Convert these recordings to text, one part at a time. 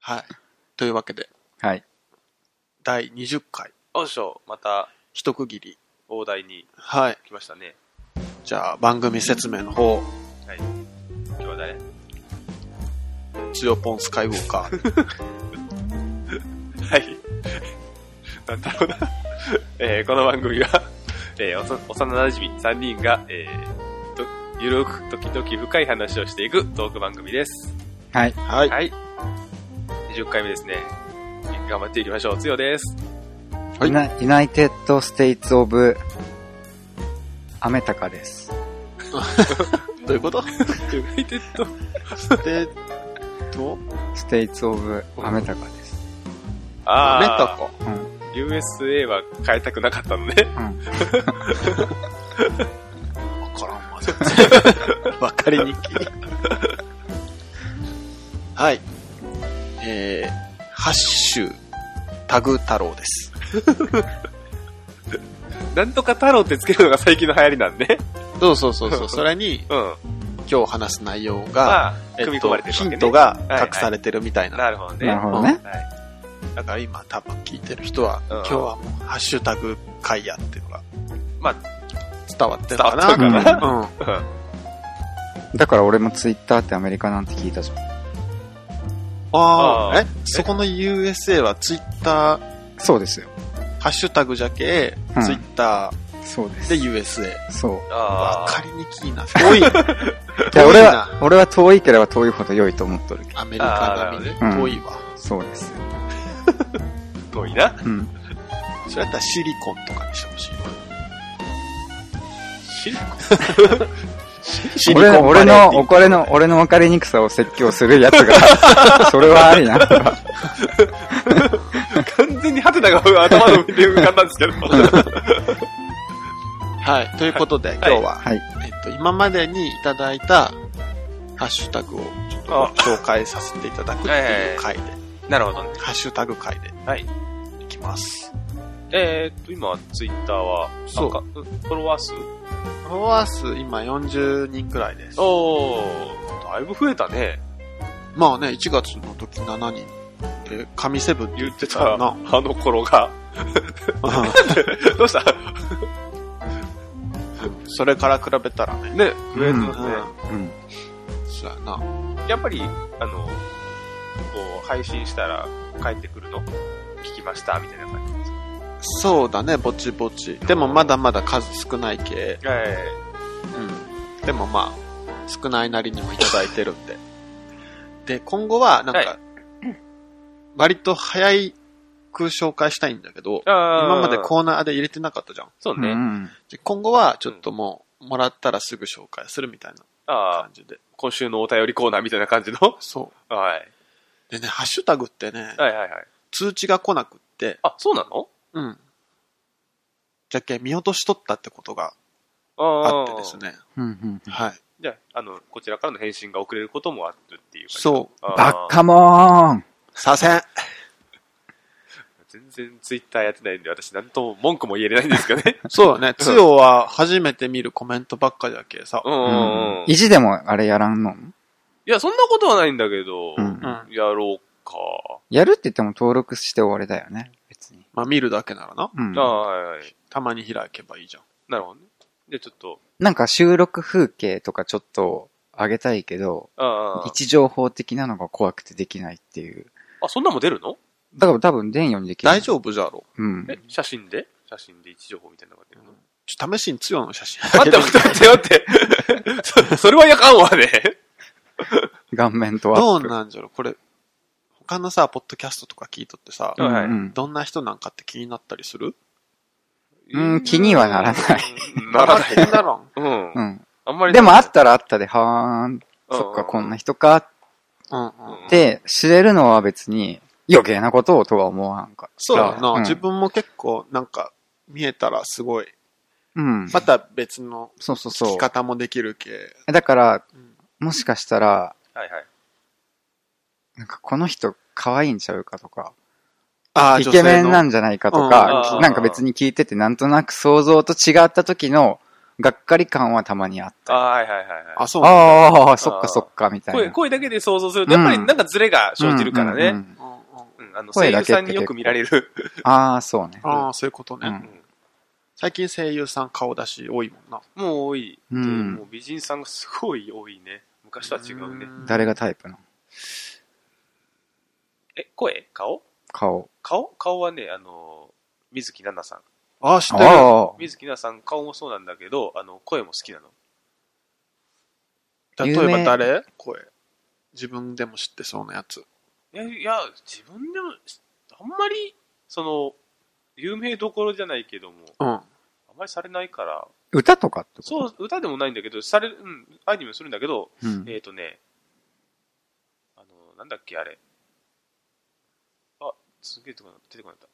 はい。というわけで、はい。第20回、おっしょ、また一区切り。大台にはい。来ましたね。じゃあ、番組説明の方、はい。今日は誰つよぽんスカイウォーカー。はい。なんだろうな。えーこの番組は、えーおそ幼馴染み3人が、えーと、ゆるく時々深い話をしていくトーク番組です。はい。はい。はい。20回目ですね。頑張っていきましょう。つよです。はいユナユナイテッド・ステイツ・オブ・アメタカです。どういうことユナイテッ ド。で、と、ステイツ・オブ・アメタカです。アメあタあ、か。うん。 USA は変えたくなかったのね。うん。わからんわ、全然。わかりにくい。はい。えー、ハッシュ、タグ太郎です。なんとか太郎ってつけるのが最近の流行りなんね。そうそうそうそう。それに、うん。 今日話す内容が、まあ、えっと組み込まれてるわけね。ヒントが隠されてるみたいな。なるほどね。なるほどね。はい。だから今多分聞いてる人は、う今ん日はもうハッシュタグ会やっていうのがまあ、伝わってるかな。伝わったかな。うん。だから俺もツイッターってアメリカなんて聞いたじゃん。あああ、ーえそこの USA はツイッター、そうですよ。ハッシュタグじゃけ、うんツイッタそうでーす。で USA。 そう。わあかりにきいな。 遠い。いや、遠い俺なは、俺は遠いければ遠いほど良いと思っとるけど。アメリカ並みにあーなる遠ほどねいわ。そうですよ。ー、遠いな。うん。それやったらシリコンとかにしてほしいわ。シリコン 俺、俺の、バレーって言って俺の、俺の分かりにくさを説教するやつ が、それはありな。完全にハテナが頭の上で浮かんだんですけど。 はい。ということで、今日は、はい。えっと、今までにいただいたハッシュタグをちょっとご紹介させていただくっていう回で、なるほどね。ハッシュタグ回ではい。いきます。えーっと、今、ツイッターは、そうなんかフォロワー数フォロワー数今40人くらいです。おー、だいぶ増えたね。まあね、1月の時7人。え、神セブンって言 言っっててた、たあな。の頃が。 どうしたそれから比べたらね。ね、増えてうますね。ん。うん。そうやな。やっぱり、あの、こう、配信したら帰ってくるの聞きました、みたいな感じです。そうだね、ぼちぼち。でもまだまだ数少ない系。えでもまあ、少ないなりにもいただいてるんで。 で、今後は、なんか、はい割と早く紹介したいんだけど、ー、あ今までう、コーナーで入れてなかったじゃん。そううね。ん。で今後は、ちょっともう、もらったらすぐ紹介するみたいなああ感、じで。今週のお便りコーナーみたいな感じ のそはい。う。でね、ハッシュタグってね、はいはいはい。通知が来なくって、あ、そうなのうん。じゃけ見落としとったってことがああってです。ね。うんうん。はい。じゃあ、あの、こちらからの返信が遅れることもあるっていう感じ。そうあーバッカモーン左 遷全然ツイッターやってないんで、私なんとも文句も言えれないんですけ どね。そうよね。つよは初めて見るコメントばっかじゃけさ。うんうんうん。意い地でもあれやらんのや、そんなことはないんだけど、うんうん。やろうか。やるって言っても登録して終わりだよね。別に。まあ見るだけならな。うんあ。あ、はいはい。たまに開けばいいじゃん。なるほどね。じゃあちょっと、なんか収録風景とかちょっと上げたいけど、あ位あ置情報的なのが怖くてできないっていう。あ、そんなんも出るのだから多分出んようにできる。大丈夫じゃろ夫うん。え、写真で写真で位置情報みたいなのが出るのちょ、試しにつよの 写真。待って待って待って待って。そそれはやかんわね。顔面とは。どうなんじゃろこれ、他のさ、ポッドキャストとか聞いとってさ、うんはいうんどんな人なんかって気になったりする うん気にはならないうん。ならな気にならん。い。う んう。ん。あんまり。でもあったらあったで、はーん、そっか、こんな人。人かうんうん。うんって知れるのは別に余計なことをとは思わんから。そうだな、うん自分も結構なんか見えたらすごい。うん。また別のそうそう聞そき方もできるけ。う。だから、うんもしかしたら、はいはい。なんかこの人可愛いんちゃうかとか、あイケメンなんんじゃないかとうかん、なんか別に聞いててなんとなく想像と違った時のがっかり感はたまにあっあた。あはいはいはいはい。あ、そうなんだ。あー、そっかそっかみたい声、な。声だけで想像すると、やっぱりなんかズレが生じるからうんうんね。うんうあの、声声だ優けっさてんによく見られる。ああ、そうね。ああ、そういうことね。ううんん最近声優さん顔出し多いもんな。もう多い。うでんもう美人さんがすごい多いね。昔とは違うね。ん誰がタイプのえ、声顔顔。顔顔はね、あの、水木奈々さん。ああ、知っあてる。あ水木奈々さん顔もそうなんだけど、あの、声も好きなの。例えば誰声。自分でも知ってそうなやつ。いや、いや自分でも、あんまり、その、有名どころじゃないけども、うん。あんまりされないから、歌とかってことそう、歌でもないんだけど、される、うん、アニメするんだけど、う。ん。えっ、ー、とね、あの、なんだっけ、あれ。あ、すげえとこな出てこなかっ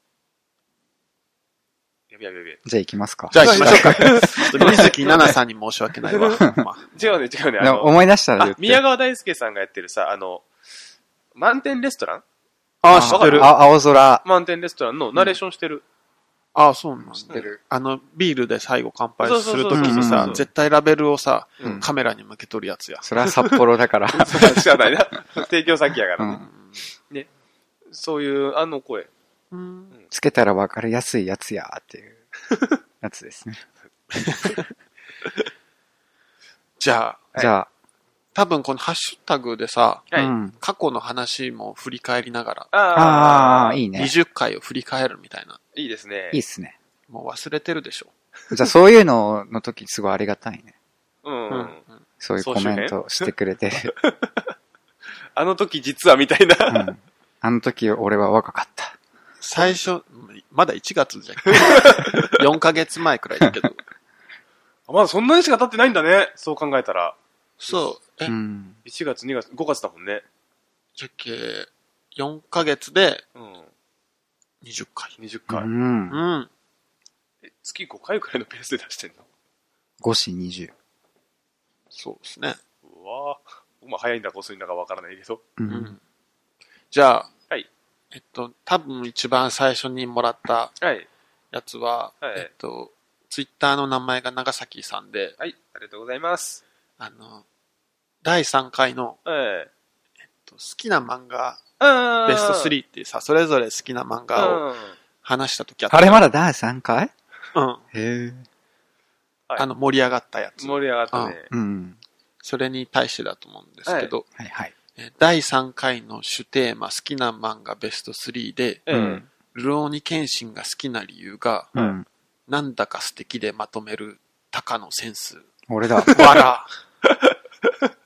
た。やべやべやべ。じゃあ行きますか。じゃあ行きましょうか。ちょっと水木奈々さんに申し訳ないわ。まあ違うね、違うね。あでもの、思い出したら言あって。宮川大輔さんがやってるさ、あの、満点レストランああ、知ってる。ああ、青空。満点レストランのナレーションし てる。あ、そうなんだ。てる。あの、ビールで最後乾杯そうすそうるそうときにうんうんさう、ん絶対ラベルをさうん、カメラに向け取るやつや。それは札幌だから。 知らないな。提供先やかうらね。ん。そういう、あの声。うんつけたらわかりやすいやつやーっていうやつですね。じゃあ、はいじゃ多分このハッシュタグでさ、あ、はい。うん。過去の話も振り返りながら、ああ、いい。いね。 20回を振り返るみたいな。いいですね。いいっすね。もう忘れてるでしょ。じゃあそういうのの時すごいありがたいね。うん。うんそういうコメントしてく れて。あの時実はみたいうな。 ん。あの時俺は若かった。最初、まだ1月じゃん。4ヶ月前くらいだけど。まだそんなにしか経ってないんだね。そう考えたら。そう。えう、ん。 1月、2月、5月だもんね。じゃっけ、4ヶ月でうん。 20回。 20う回。んう。ん。え月5回くらいのペースで出してんの5子20。そうですね。うわぁ。まあ早いんだか遅いんだかわからないけど。う。うんん。じゃあ、はいえっと、多分一番最初にもらったはい。やつは、はいえっと、ツイッターの名前が長崎さんで、はい。ありがとうございます。あの、第3回のええ。好きな漫画あベスト3っていうさ、それぞれ好きな漫画を話した時あった。あれまだ第3回うん。へえ。あの、盛り上がったやつ。盛り上がったね。うん。それに対してだと思うんですけど、はいはい。えー第3回の主テーマ、好きな漫画ベスト3で、ええうんルローニケンシンが好きな理由が、うん。なんだか素敵でまとめる、高野センス。俺だ。わら。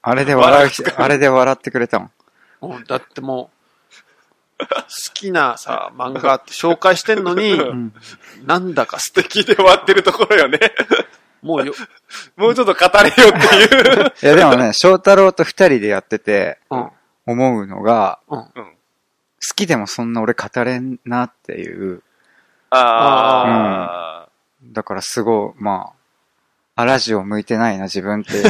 あれで笑う人、あれで笑ってくれたもん。 もうだってもう、好きなさ、漫画って紹介してんのに、うん。なんだか素敵。敵で終わってるところよね。もうよ、もうちょっと語れよって いう。いやでもね、翔太郎と二人でやっててうん、思うのが、うん。うん。好きでもそんな俺語れんなっていう。ああ。だからすごい、まあ、あラジオ向いてないな自分って、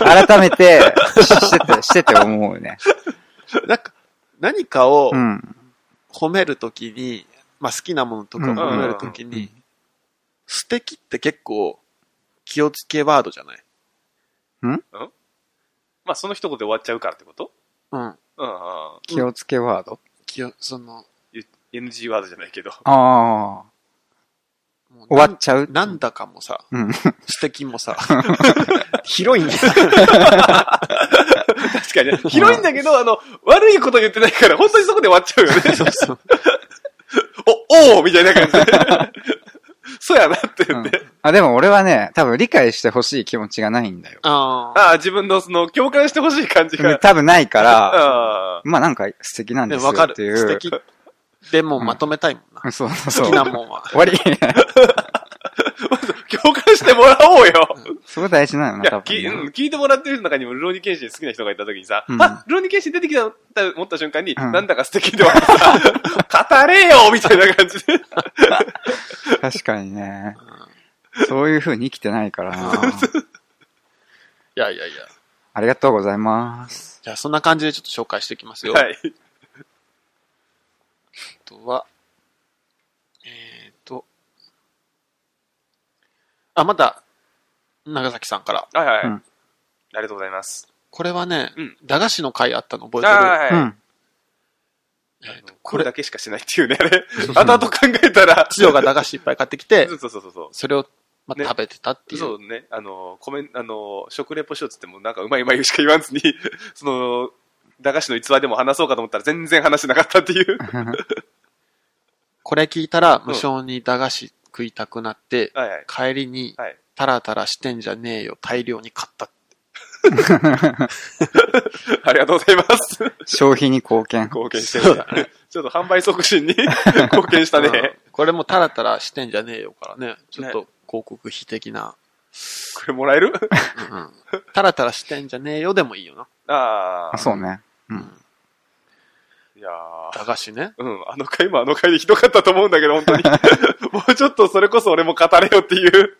改めて、してて、してて思うね。なんか、何かをうん。褒めるときに、まあ好きなものとかを褒めるときうんうんうんに、素敵って結構気をつけワードじゃないまあその一言で終わっちゃうからってことうん。うんうん。気をつけワード、気を、その、 NG ワードじゃないけど。ああ、もう終わっちゃうなんなんだかもさ、うん。素敵も さ、広いね。確かに。広いんだけど、あの、悪いこと言ってないから、本当にそこで終わっちゃうよね。そうそう。お、おーみたいな感 じで。そうやなって言って。 あ、でも俺はね、多分理解してほしい気持ちがないんだよ。ああ。ああ、自分のその、共感してほしい感じが。多分ないから、ああ。まあなんか素敵なんでですもよわかる。っていう。素敵。でもまとめたいもんな。うんそうそうそう。好きなもんは。終わり。共感してもらおうよ。そこ大事なのいな、や、多きう分んね。聞いてもらってる人の中にも、ルローニケンシン好きな人がいた時にさ、うんあ、ルローニケンシン出てきたと思った瞬間に、うんなんだか素敵ではある語れよみたいな感じで。確かにね。うんそういう風に生きてないからな。いやいやいや。ありがとうございます。じゃあそんな感じでちょっと紹介していきますよ。はい。あとは、えっ、と、あ、また、長崎さんから。はいはい。うんありがとうございます。これはね、うん駄菓子の会あったの覚えてるあーはいうん。えーとあのこれだけしかしないっていうね、あれ。後々考えたら。つよが駄菓子いっぱい買ってきてそ、うそうそうそう。それを、まあね食べてたっていう。そうね、あの、コメンあの、食レポしようっつっても、なんかうまいうまいしか言わんずに、 その、駄菓子の逸話でも話そうかと思ったら全然話しなかったっ ていう。これ聞いたら、ん無性に駄菓子食いたくなって、はいはい。帰りにはい、 タラタラしてんじゃねえよ、大量に買ったって。ありがとうござ います。消費に貢献。貢献してる。 ちょっと販売促 進に貢献したうんね。これもタラタラしてんじゃねえよからね、ちょっと広告費的な。これもらえるうんうんタラタラしてんじゃねえよでもいいよな。あああ。そうね。うん。いやー駄菓子ね。うん、あの回もあの回でひどかったと思うんだけど、本当に。もうちょっとそれこそ俺も語れよっていう。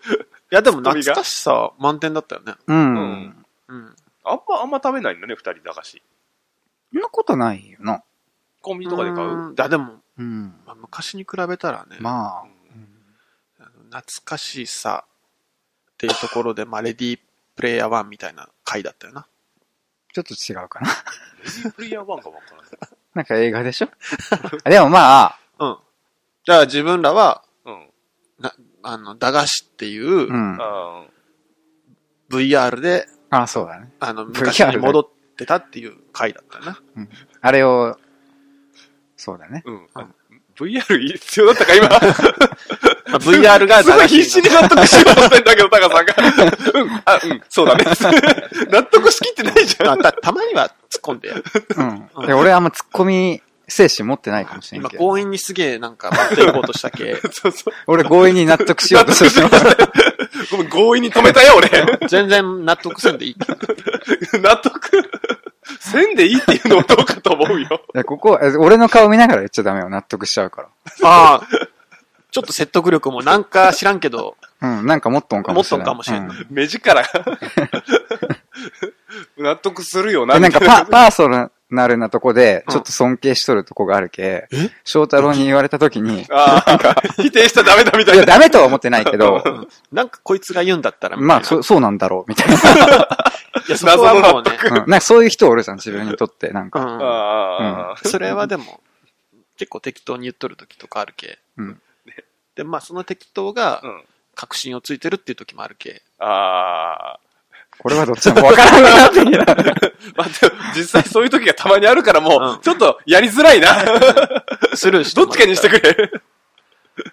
いやでも懐ツッコミがかしさ満点だったよね。ううんん。うん。あんま、あんま食べないんだね、二人駄菓子。そんなことないよな。コンビニとかで買ううんいやでも、うん。まあ昔に比べたらね、まあ。あの懐かしさっていうところで、まあレディープレイヤー1みたいな回だったよな。ちょっと違うかな。 プレイヤー1かわからない。なんか映画でしょ でもまあ、うん。じゃあ自分らは、うん。あの、駄菓子っていうう、ん。あ VR で、あそうだね。あの、 VR で昔に戻ってたっていう回だったよ な。あれを、そうだね。ーうん。あ VR 必要だったか、今。まあ VR がすごい駄菓子必死に納得しようとしてんだけど、タカさんが。うん、あ、うん、そうだね。 納得しきってないじゃまあん。たたまには突っ込んでやる。うん。で俺あんま突っ込み精神持ってないかもしれん今けど。強引にすげえなんか持っていこうとした け。そうそう。俺強引に納得しよ納うと得するし。ようとしてごめん、強引に止めたよ、俺。全然納得せんでいい。納得。せんでいいっていうのもどうかと思うよ。 いやここ、え俺の顔見ながら言っちゃダメよ。納得しちゃうかああ。ちょっと説得力もなんか知らんけど、ら。うん。なんかもっとんかもしれない。もっとんかもしれないうん目力が納得するよな、でなんかみたいパ、 パーソナルなとこで、ちょっと尊敬しとるとこがあるけ、翔太郎に言われたときに、いああ、否定しちゃダメだみたいや、な。ダメとは思ってないけ ど、なんかこいつが言うんだったらみたいな、まあ、そ、そうなんだろう、みたい な。いや、そこはもうね、うんなんかそういう人おるじゃん、自分にとって。なんうか。ん。ああ、それはでも、結構適当に言っとる時とかあるけ。うんで、まあ、その適当がうん、確信をついてるっていう時もあるけ。ああ。これはどっちもわからなくなってきた。まあ、でも実際そういう時がたまにあるからもう、うんちょっとやりづらい な。スルーしてどもっらちかにしてたらくれ。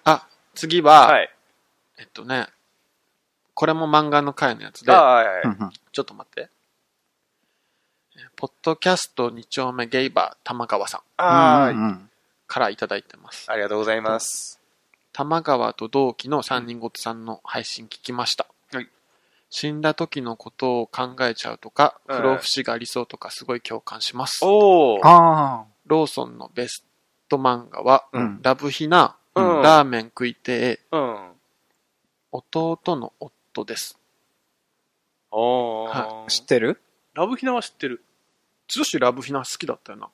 あ、次は、はい。えっとね、これも漫画の回のやつであ、あ、はいはい。 うんうんちょっと待って。えーポッドキャスト2丁目ゲイバー玉川さんあうんあ、うんからいただいてます。ありがとうございます。玉川と同期の三人ごとさんの配信聞きました。はい死んだ時のことを考えちゃうとか、うん不老不死が理想とかすごい共感します。おー。あローソンのベスト漫画は、うんラブヒナ、うんラーメン食いてえ、うん。弟の夫です。おはあ、知っー。てるラブヒナは知ってる。女子ラブヒナ好きだったよな。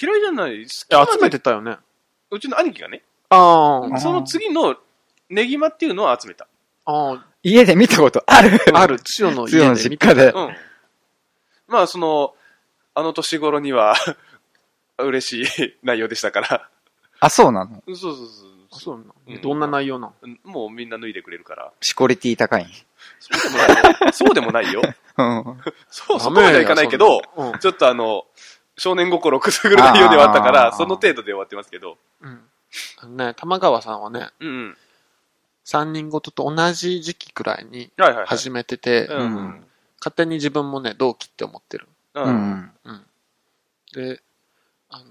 嫌いじゃない。好きいなやん、だ集めてたよね。うちの兄貴がね、あーんその次のネギマっていうのを集めた。あー、家で見たことあ るある、千代の強家ので実見た家でう。ん。まあ、その、あの年頃には、 嬉しい内容でしたから。あ、そうなのそうそうそうあそそうなの、うんどんな内容なのう。もうみんな脱いでくれるから。シコリティ高い。そうでもないよ。そうでもないよ。うん。そう、そこまではいかないけど、ダメだよちょっとあの、少年心をくすぐる内容ではあったかあら、ーその程度で終わってますけど。そんなうん。あのね、玉川さんはね、うんうん。三人ごとと同じ時期くらいにはいはい、はい。始めてて、うんうん。勝手に自分もね、同期って思ってる。うんううん。ん。うん。で、あの、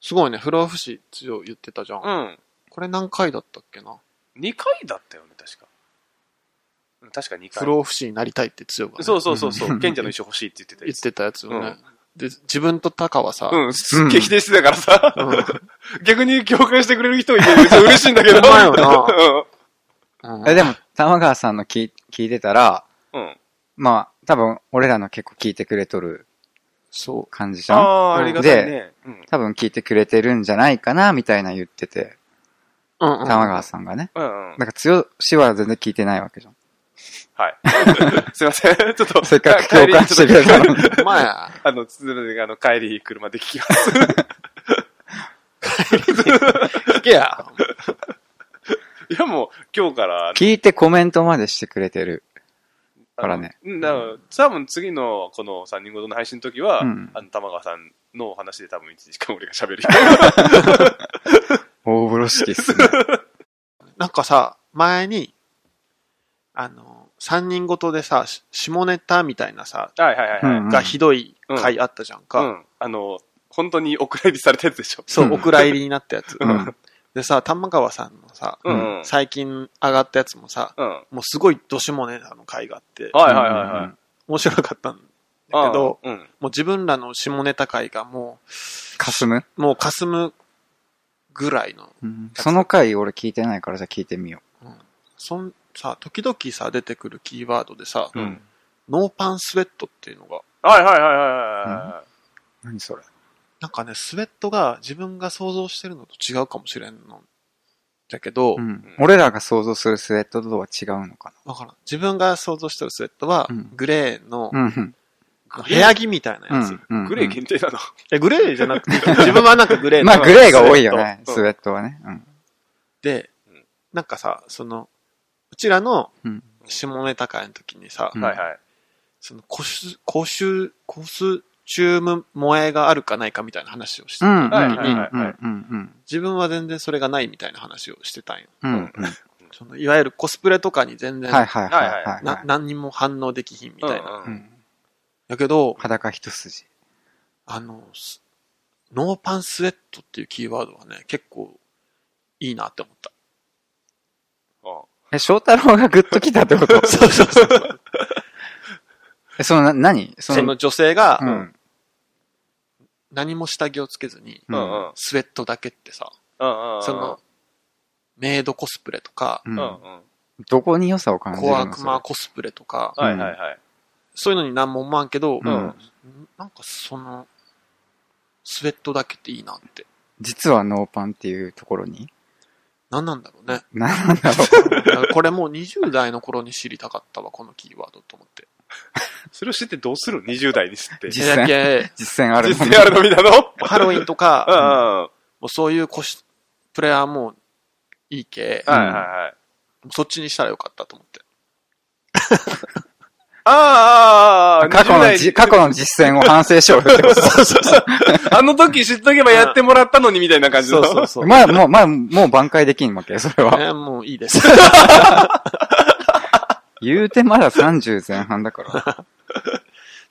すごいね、不老不死強い言ってたじゃん。うん。これ何回だったっけな2回だったよね、確か。うん確か2不回。老不死になりたいって強がね、そうそうそうそうう。ん賢者の石欲しいって言ってたや言っつてたやつよね。うんで、自分とタカはさ、うん、すっげえ否定してたからさ、うん逆に共感してくれる人いてめっちゃ嬉しいんだけど。ほんまよなうんえ、でも、玉川さんの聞い聞いてたら、 うん。うん。まあ、多分、俺らの結構聞いてくれとるそ感じじあゃんあ、ありがたいね。うん。多分聞いてくれてるんじゃないかな、みたいな言ってて、う。うん、うん。玉川さんがね。うんうんなんか、強しは全然聞いてないわけじゃん。はい。 すいません。ちょっと。せっかく帰り共感してくれ たのに。お前、あの、つあの、帰り、車で聞きます。聞けや。いやもう、今日から、聞いてコメントまでしてくれてる。からねうん。だから、多分次のこの3人ごとの配信の時は、うんあの、玉川さんのお話で多分1時間俺が喋る。大風呂敷っすね。なんかさ、前に、あの、三人ごとでさ、し下ネタみたいなさ、はいはいはいはい。うんがひどい回あったじゃんか。うん。あの、本当にお蔵入りされたやつでしょ。そうう、んお蔵入りになったやつ。うんでさ、玉川さんのさ、うん。うん。最近上がったやつもさ、うん。はいもうすごいどしもネタの回があって、はいはいはい。面白かったんだああけど、、うん。もう自分らの下ネタ回がもかすむ、う、もう霞むぐらいの、うんその回俺聞いてないからじゃあ聞いてみよそん、さ、時々さ、出てくるキーワードでさ、う。うん。ノーパンスウェットっていうのが、はいはいはいは何それなんかね、スウェットが自分が想像してるのと違うかもしれんの。だけど、うわ、ん。俺らが想像するスウェットとは違うのかからん。自分が想像してるスウェットは、うんグレーの、なうん。あの部屋着みたいなうやつ。いんういはん。い。グレー限定なの。や、グレーじゃな くて、自分はなんかグレーのまあグレーが多いよね、うんスウェットはね。うん。でうん、なんかさ、その、うちらのうん下ネタ会の時にさ、うんはいはい。そのコス、コシュ、コスチューム萌えがあるかないかみたいな話をして、うん。うん。うん。はいうんはいはいはい。うんうん。自分は全然それがないみたいな話をしてたんよ。うん。うんそのいわゆるコスプレとかに全然、はいはいはいはいははい。な何にも反応できひんみたいな。うんううんんだけど、裸一筋。あの、すノーパンスウェットっていうキーワードはね、結構いいなって思った。え、翔太郎がグッときたってこと そうそうそう。え、そのな、何そその、女性うがん。何も下着をつけずに、うんうんスウェットだけってさ、うんうん。その、メイドコスプレとか、ううんんうん。はどこに良さを感じる小の悪魔コスプレとかい、はいはい。そういうのに何も思わんけど、うんなんかその、スウェットだけっていいなって。実はノーパンっていうところに何なんだろうね。何なんだろうこれもう20代の頃に知りたかったわ、このキーワードと思って。それを知ってどうする ?20 代に知って。実践いやいや実践あるも実ん際あるのみなのハロウィンとうんか、うんうん。もうそういうコスプレはもういいけ、はいはいはい。そっちにしたらよかったと思って。ああ、ああ、過去の20じ、代過去の実践を反省しようよって こあの時知っとけばやってもらったのにみたいな感じの。そうそと。う。まあ、もう、まあ、もう挽回できんわけ、それは。ね、もういいです。言うてまだ30前半だから。っ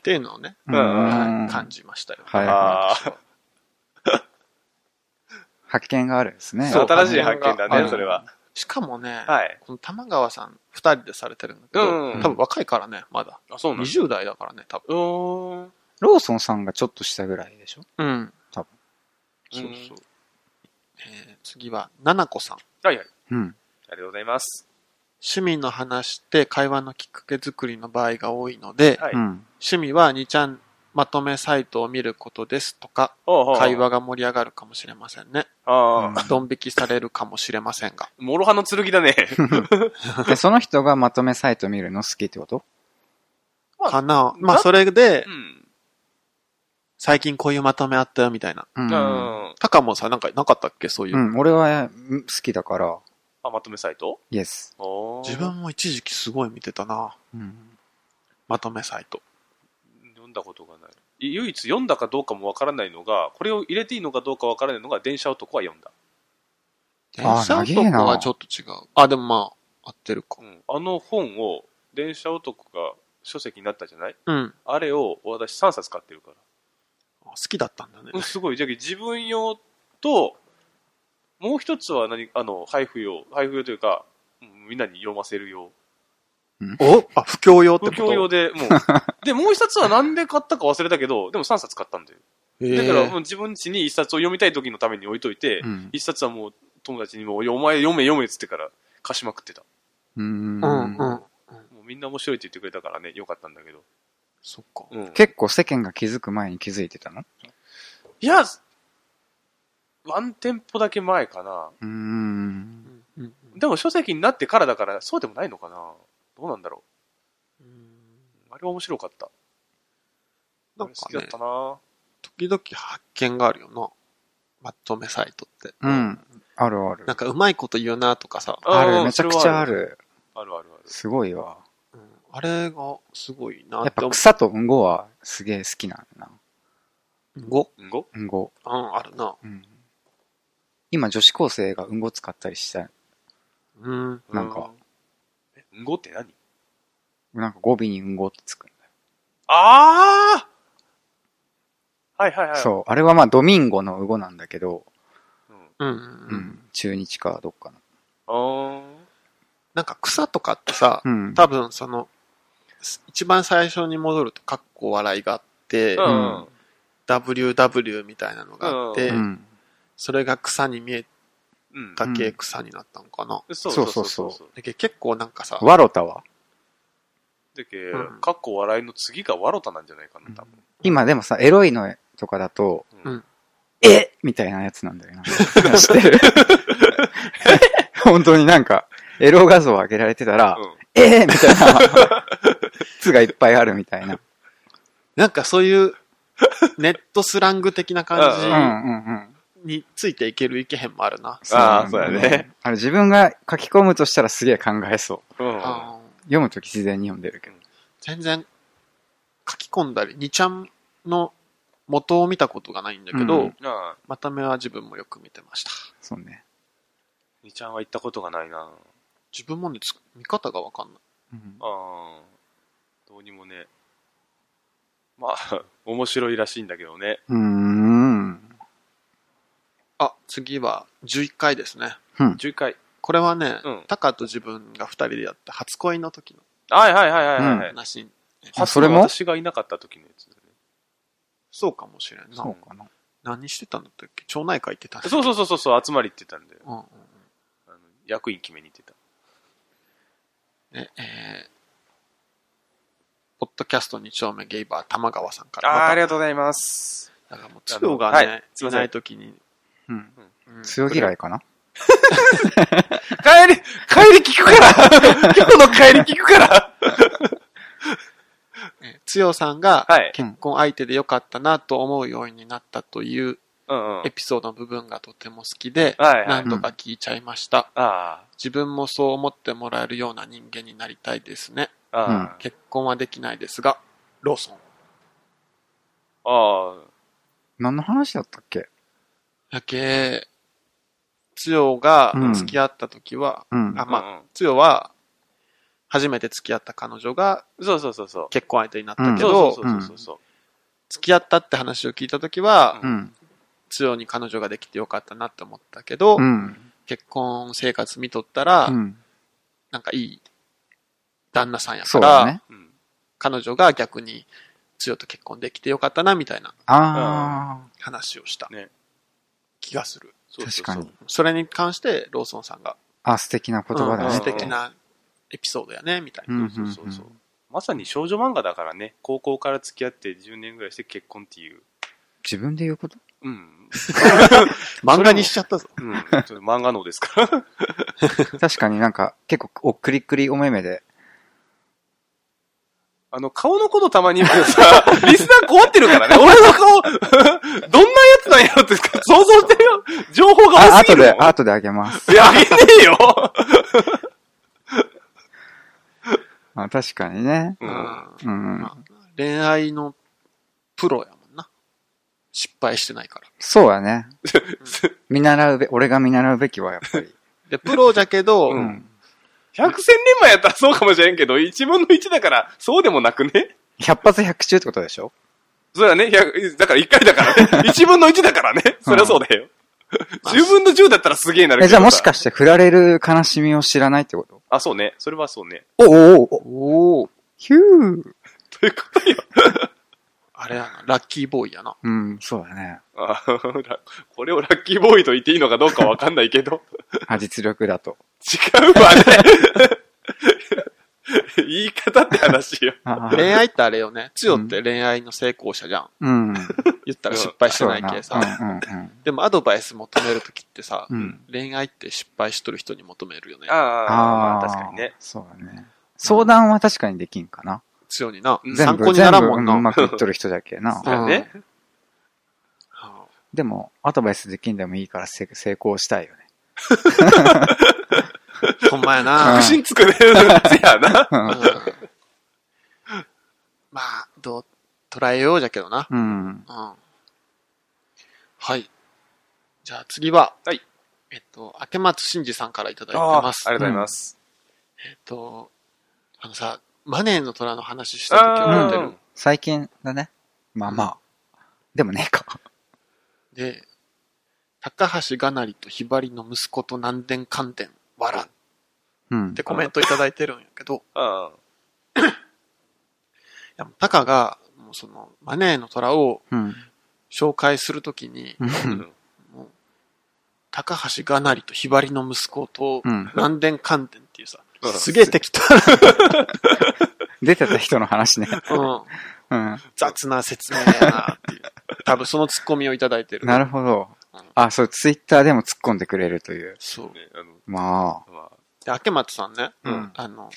ていうのをね、うんはいは感じましたよ。い。あ発見があるんですね。そう新しい発見だうね、んそれは。しかもね、はい。この玉川さん二人でされてるんだけど、うん多分若いからね、まだ。あ、そうの20代だからね、多分。うーん。ローソンさんがちょっとしたぐらいでしょうん。多分。そううんそう。えー次は、ななこさん。はいはい。うん。。ありがとうございます。趣味の話って会話のきっかけ作りの場合が多いので、はいうん。趣味は2ちゃんまとめサイトを見ることですとか、おうおう会。話が盛り上がるかもしれませんね。ああ、ドン引きされるかもしれませんが。もろ刃の剣 だね。で、その人がまとめサイト見るの好きってことまあかなまなあ、それでう、ん。最近こういうまとめあったよ、みたいな。う。うんうんん。タカもさ、なんかなかったっけそういう。うん、俺はうん好きだから、あ、まとめサイトイエス。おー自分も一時期すごい見てたな。うん。まとめサイト。読んだことがない。い唯一読んだかどうかもわからないのが、これを入れていいのかどうかわからないのが、電車男は読んだ。電車長え男なはちょっと違う。あ、でもまあ、合ってるかう。ん。あの本を、電車男が書籍になったじゃないうん。あれを私3冊買ってるから。好きだったんだねうん。すごい。じゃあ自分用と、もう一つは何、あの、配布用。配布用というか、うんみんなに読ませる用。おあ、不況用ってこ不と況用で、 もう。で、もう一つはなんで買ったか忘れたけど、でも3冊買ったんだよ。へだから、えもう自分家に一冊を読みたい時のために置いといて、うん。一冊はもう友達にもう、お前読め読めっつってから貸しまくってた。うんうんうん。もうみんな面白いって言ってくれたからね、よかったんだけど。そっか。うん、結構世間が気づく前に気づいてたのいや、ワンテンポだけ前かな。う。うんんうんうんでも書籍になってからだから、そうでもないのかなどうなんだろうんう。あれは面白かった。なんあれ好きかだねっ、たな時々発見があるよな。まとめサイトって。うん。あるあるな。んかうまいこと言うなとかさ、ある、めちゃくちゃあ。る。あるあるある。すごいわ。うんあれがすごいなやっってぱ思草とうんごはすげえ好きなんだな。う。うんごうんごうんご。うん、あるな。うん。今女子高生がうんご使ったりした、うん。なんか。えうんごって何なんか語尾にうんごってつくんだよ。ああはいはいはい。そう。あれはまあドミンゴのうごなんだけど、ううん。ん。ううん、ん。中日かどっかの。あーなんか草とかってさ、うん。多分その、す一番最初に戻ると、かっこ笑いがあって、うんん。 WW みたいなのがあって、ううん。それが草に見えうん。たうけん草になったのかな。そそうそううそそううそうそう。だけど結構なんかさ、わろたはだけうん、かっこ笑いの次がワロタなんじゃないかな、多分。今でもさ、エロいのとかだと、うんえみたいなやつなんだよな。 知ってる本当になんか、エロ画像上げられてたら、うんえみたいな、つがいっぱいあるみたいな。なんかそういう、 ネットスラング的なうんう感うんうん。じについていけるいけへんもあるな。あーなんだそうやね。あれ自分が書き込むとしたらすげえ考えそう。うん。あー読むとき自然に読んでるけど。全然書き込んだり、2ちゃんの元を見たことがないんだけど、うんああ、また目は自分もよく見てました。そうね。にちゃんは行ったことがないな。自分もね、つ見方がわかんない。うんああ、どうにもね。まあ、 面白いらしいんだけどね。うーん。あ、次は11回ですね。 11回。これはね、うんタカと自分が2人でやった初恋の時のはいはいはいはいはい。話、あ初それも私がいなかった時のやつだね。そうかもしれんなそ。うかな。何してたんだったっけ町内会行ってたんだっけそうそうそうそう、集まりって言ってたんだよ。うんうんあの役員決めに行ってた。うん。ねえーポッドキャスト2丁目ゲイバー玉川さんから。ああー、ありまがとうございます。ただからもう、つよがね、はいい、すいませんない時に。うん。うん強嫌いかな帰り、帰り聞くから今日の帰り聞くからえーつよさんが、 はい。結婚相手でよかったなと思うようになったといううんうんエ。ピソードの部分がとても好きで、はいはい何度か聞いちゃいました。あ自分もそう思ってもらえるような人間になりたいですね。あ、ああ、結婚はできないですが、ローソン。あ何の話だったっけやけ、つよがうん付き合った時は、うんあ、。あ、ままああ、、つよは、初めて付き合った彼女がうんそうそうそうそう。結婚相手になったけそど、うそうそうそうそう。付き合ったって話を聞いた時は、うん。つよに彼女ができてよかったなって思ったけど、うん。結婚生活見とったら、うん。なんかいい旦那さんやかそうら、だね。うん彼女が逆につよと結婚できてよかったなみたいなああ。話をした、ね気がする。そうそうそう確かに。それに関してローソンさんがあ、素敵な言葉だうんね素。敵なエピソードやね、みたいな。うんそうそうそう。まさに少女漫画だからね、高校から付き合って10年ぐらいして結婚っていう。自分で言うことうん。漫画にしちゃったぞ。うん。それ漫画のですから。 確かになんか、結構、おくりくりお目目で。あの、顔のことたまに言うけどさ、 リスナー凍ってるからね。俺の顔、 どんなやつなんやろって想像してるよ。情報があ、多すぎ後るもん。で、後であげます。いや、あげねえよ。あ、確かにね。ううんん。うんま。あ恋愛のプロやもんな。失敗してないから。そうやね。見習うべ、俺が見習うべきはやっぱり。で、プロじゃけど、ううんん。百戦錬磨やったらそうかもしれんけど、一分の一だから、そうでもなくね。百発百中ってことでしょそうだね。100だから一回だか らね。一分の一だからね。そりゃそうだよ。まあ十分の十だったらすげえなるけえ、ど。じゃあもしかして振られる悲しみを知らないってことあ、そうね。それはそうね。おおおおおおヒューということよ。あれやな、ラッキーボーイやな。うん、そうだね。あら これをラッキーボーイと言っていいのかどうかわかんないけど。あ、実力だと。違うわね。言い方って話よ。あー恋愛ってあれよね。つよって恋愛の成功者じゃん。うん。言ったら失敗してそうなだいな。けうさ。んでもアドバイス求めるときってさ、うんうん。うん。恋愛って失敗しとる人に求めるよね。あああ、確かにね。。そうだね。相談は確かにできんかな。強になう。ん全参部、考に全な部らんもんうんうな。まくいっとる人じゃけな。だよね。はあでも、アドバイスできんでもいいからせ成功したいよね。ほんまやなう確ん。信つくね。せや な。うん まあ、どう、捉えようじゃけどな。うん。うん。はい。じゃあ次は、はい。えっと、明松真司さんからいただいてああー、あます。りがとうございます。えっと、あのさ、マネーの虎の話した時思ってある。最近だね。まあまあ。でもねえか。で、高橋がなりとひばりの息子と南電観点、わらっうんて。コメントいただいてるんやけど、いうん。やもうタカが、もうその、マネーの虎をうん。紹介するときに、う。うんんもう高橋がなりとひばりの息子とうん南電観点っていうさ、うんすげえ適当出てた人の話ね。な、うん、うん。雑な説明やなっていう。多分そのツッコミをいただいてる。なるほどうん。あ、そう、ツイッターでも突っ込んでくれるという。そう。ねあのまあ。まで、明松さんね、うんあの、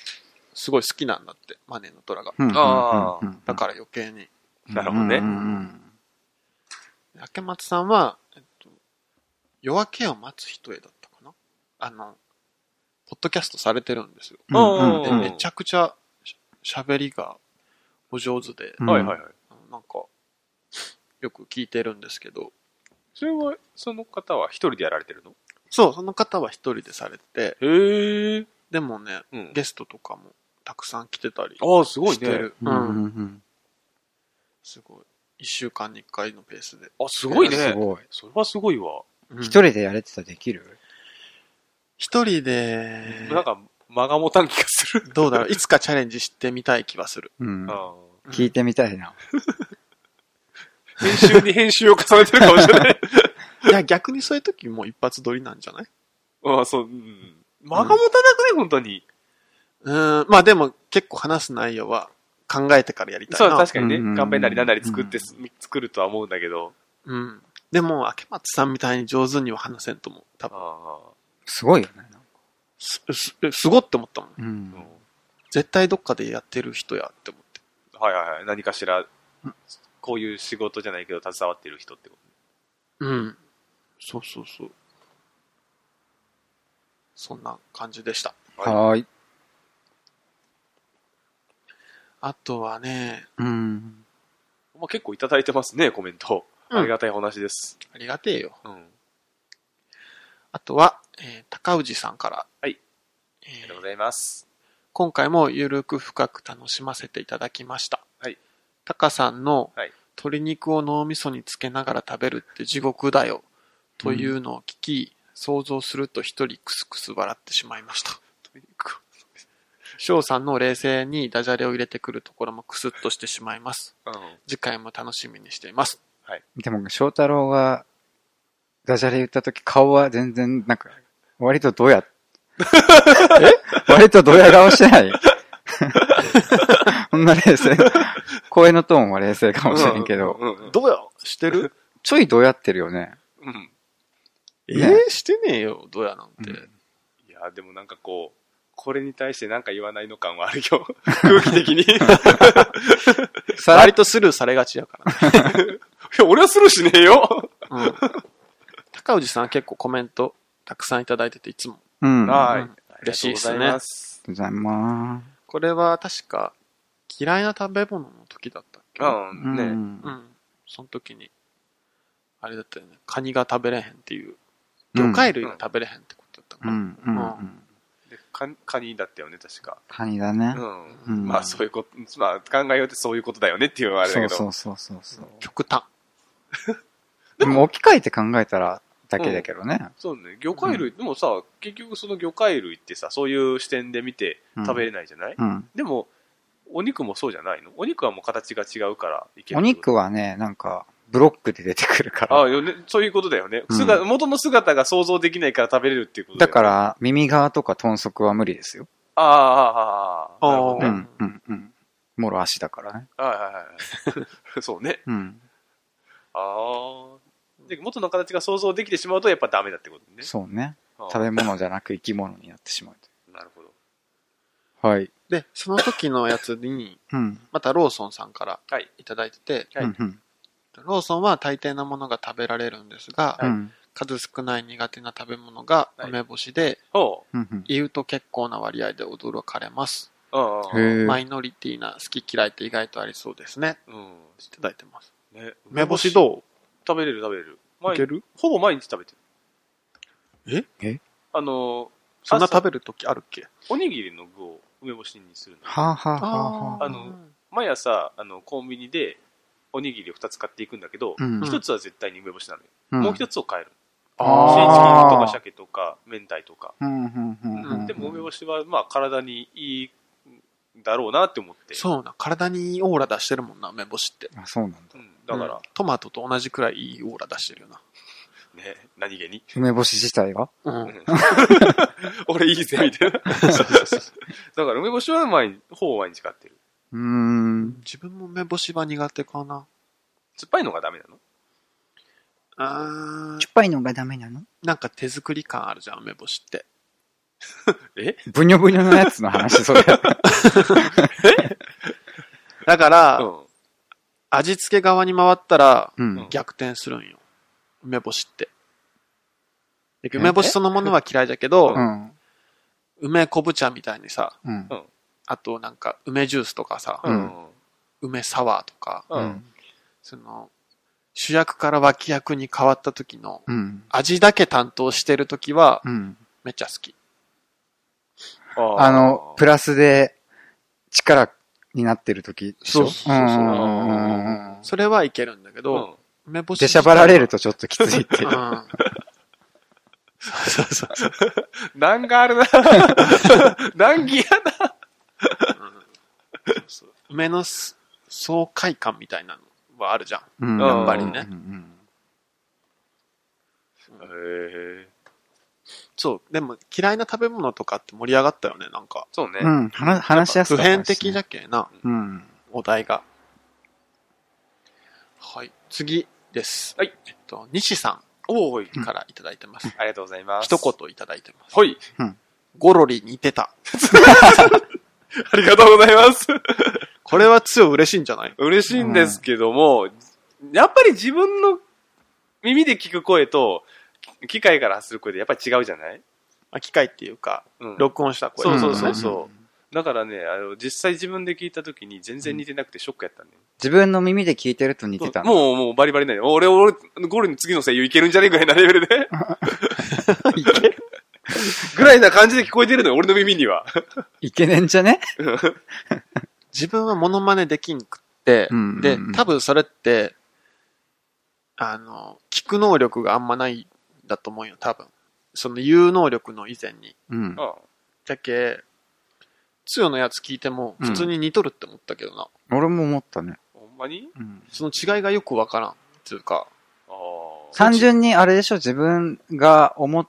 すごい好きなんだって、マネーの虎が。うんあうーんうんうんだから余計に。あなるほどねう。んうん明松さんは、えっと、夜明けを待つ人へだったかなあの、ポッドキャストされてるんですよ。うんで、うんめちゃくちゃし喋りがお上手で、うんはいはいはい。なんか、よく聞いてるんですけど、それは、その方は一人でやられてるのそう、その方は一人でされて、へえ。でもね、うん。ゲストとかもたくさん来てたりああ、すごいしてねる。。うんうんうんすごい。一週間に一回のペースで。あ、すごいすね。ごい。それはすごいわ。一一、人でやれてたらできる人で、なんか、間が持たん気がする。どうだろう。いつかチャレンジしてみたい気はする。うん。あー聞いてみたいな。編集に編集を重ねてるかもしれない。いや、逆にそういう時も一発撮りなんじゃないああ、そう、うん。間が持たなくない、本当に。うーん。まあでも結構話す内容は考えてからやりたいそう、な。確かにうんうんうね。んカンペなりなんなり作ってす、作るとは思うんだけど。うん。でも、明松さんみたいに上手には話せんと思う。多分。ああ。すごいよね。す、す、すごって思ったもん。うんうん。絶対どっかでやってる人やって思って。はいはいはい。何かしら、こういう仕事じゃないけど、携わってる人ってこうん。そうそうそう。そんな感じでした。と。い。はーい。あとはね、うん。まあ、結構いただいてますね、コメント。うんありがたいお話です。ありがてえよ。うん。ああとは、えー高氏さんから。はいえりーがとうございます。今回もゆるく深く楽しませていただきました。はい。タカさんの、はい鶏肉を脳みそにつけながら食べるって地獄だよ、というのを聞き、想像すると一人クスクス笑ってしまいました。翔さんの冷静にダジャレを入れてくるところもクスッとしてしまいます。うん。次回も楽しみにしています。でも、翔太郎が、ダジャレ言った時顔は全然、なんか、割と ドヤ。え割とドヤ顔してない そんな冷静。声のトーンは冷静かもしれんけど、うんうんうんどうよしてるちょいドヤってるよね。うん。えねー、してねえよ、どうやなんて。うんいや、でもなんかこう、これに対してなんか言わないの感はある よ。空気的に。いさらっ割とスルーされがちやから、ね。や、俺はするしねえよ。うん。高氏さんは結構コメントたくさんいただいてて、いつも。うん。あはういん。嬉しいっすねありがとうござます。りがとうございまこれは確か、嫌いな食べ物の時だったっけうす。ん、ね、うんうん。その時に、あれだったよね。カニが食べれへんっていう。魚介類が食べれへんってことだったうかな。ん、うん、うん。でカニカニだったよね、確か。カニだねう。。うんんまあ、そういうこと、まあ、考えようってそういうことだよねっていうのはあれそだけうど。そうそうそうそう。極端。でも置き換えて考えたらだけだけどね。そうね。魚介類、でもさ、結局その魚介類ってさ、そういう視点で見て食べれないじゃない、うん。でも、お肉もそうじゃないのお肉はもう形が違うからいける。お肉はね、なんか、ブロックで出てくるから。ああよね、そういうことだよね、うん姿元の姿が想像できないから食べれるっていうことだかよね。ら、耳側とか豚足は無理ですよ。ああ、ああ、ああ。なるほどうね。ん、うん、うん。もろ足だからね。はいはいはい。 そうね。うん。ああ。で、元の形が想像できてしまうとやっぱダメだってことね。そうね。ああ食べ物じゃなく生き物になってしまうなるほど。と。はい。で、その時のやつに、 うん。またローソンさんからはい。いただいてて、うん、うん。とローソンは大抵なものが食べられるんですが、うん。うん数少ない苦手な食べ物がはい梅干しで、ほうん。言うと結構な割合で驚かれます。う。うんうん。へえ。マイノリティな好き嫌いって意外とありそうですね。うん。いただいてます。ね、梅干しど食べれる食べれうる。い毎けるほぼ毎日食べてる。ええあの、そんな朝食べるときあるっけおにぎりの具を梅干しにするの。はあはあはあはーあ。あの毎朝、あの、コンビニでおにぎりを2つ買っていくんだけどう、ん。一つは絶対に梅干しなのよ。んもう一つを買える。あー新あチーキンとか鮭とか明太とか。うんうんうんうん。でも梅干しは、まあ、体にいいんだろうなって思って。そうな。体にいいオーラ出してるもんな、梅干しって。あ、そうなんだ。うん。だからうん、トマトと同じくらいいいオーラ出してるよな。ね、何気に。 梅干し自体がううんん。俺いいぜ、みたいな。だ から梅干しは毎日、ほぼ毎日買ってる。うーん。自分も梅干しは苦手かな。酸っぱいのがダメなのあーっぱいのがダメなのなんか手作り感あるじゃん、梅干しって。えブニョブニョのやつの話、 それ。だから、うん。味付け側に回ったらうん。逆転するんよ。梅干しって。でえ梅干しそのものは嫌いだけど、うん。梅昆布茶みたいにさ、うん。あとなんか梅ジュースとかさ、うん。梅サワーとか、ううん。ん。その、主役から脇役に変わった時の、うん。味だけ担当してる時はうん。めっちゃ好き。あの、プラスで力になってる時でしそょ。うそうそううんそううんうんうんうんそれはいけるんだけど、う梅干し。でしゃばられるとちょっときついっていうん。う。そうそうそう。ん。難がある な。難儀やな。梅のす爽快感みたいなのはあるじゃん。うんやっぱりねうんうんへえ。そう。でも嫌いな食べ物とかって盛り上がったよね、なんか。そうねう。ん。話話しやす普かった遍ですね的じゃけえな、うん。お題が。はい。次です。はい。えっと、西さおーい。んからいただいてます。ありがとうございます。一。言いただいてます。ほい。ゴロリ似てた。ありがとうございます。これは強い嬉しいんじゃない 嬉しいんですけども、やっぱり自分の耳で聞く声と、機械から発する声でやっぱり違うじゃないあ機械っていうか、うん録音した声そとうかそねうそうそう。だからね、あの、実際自分で聞いた時に全然似てなくてショックやったね。自分の耳で聞いてると似てたのもう、もうバリバリない。俺、俺、ゴールの次の声優いけるんじゃねえぐらいなレベ ルで。いけるぐらいな感じで聞こえてるのよ、俺の耳には。イケメンじゃね自分はモノマネできんくって、うんうんうんで、多分それって、あの、聞く能力があんまないんだと思うよ、多分。その言う能力の以前に。うん。だけ、つよのやつ聞いても、うん普通に似とるって思ったけどな。俺も思ったね。ほんまにうん。その違いがよくわからん。つうか、ああ。単純にあれでしょ、自分が思っ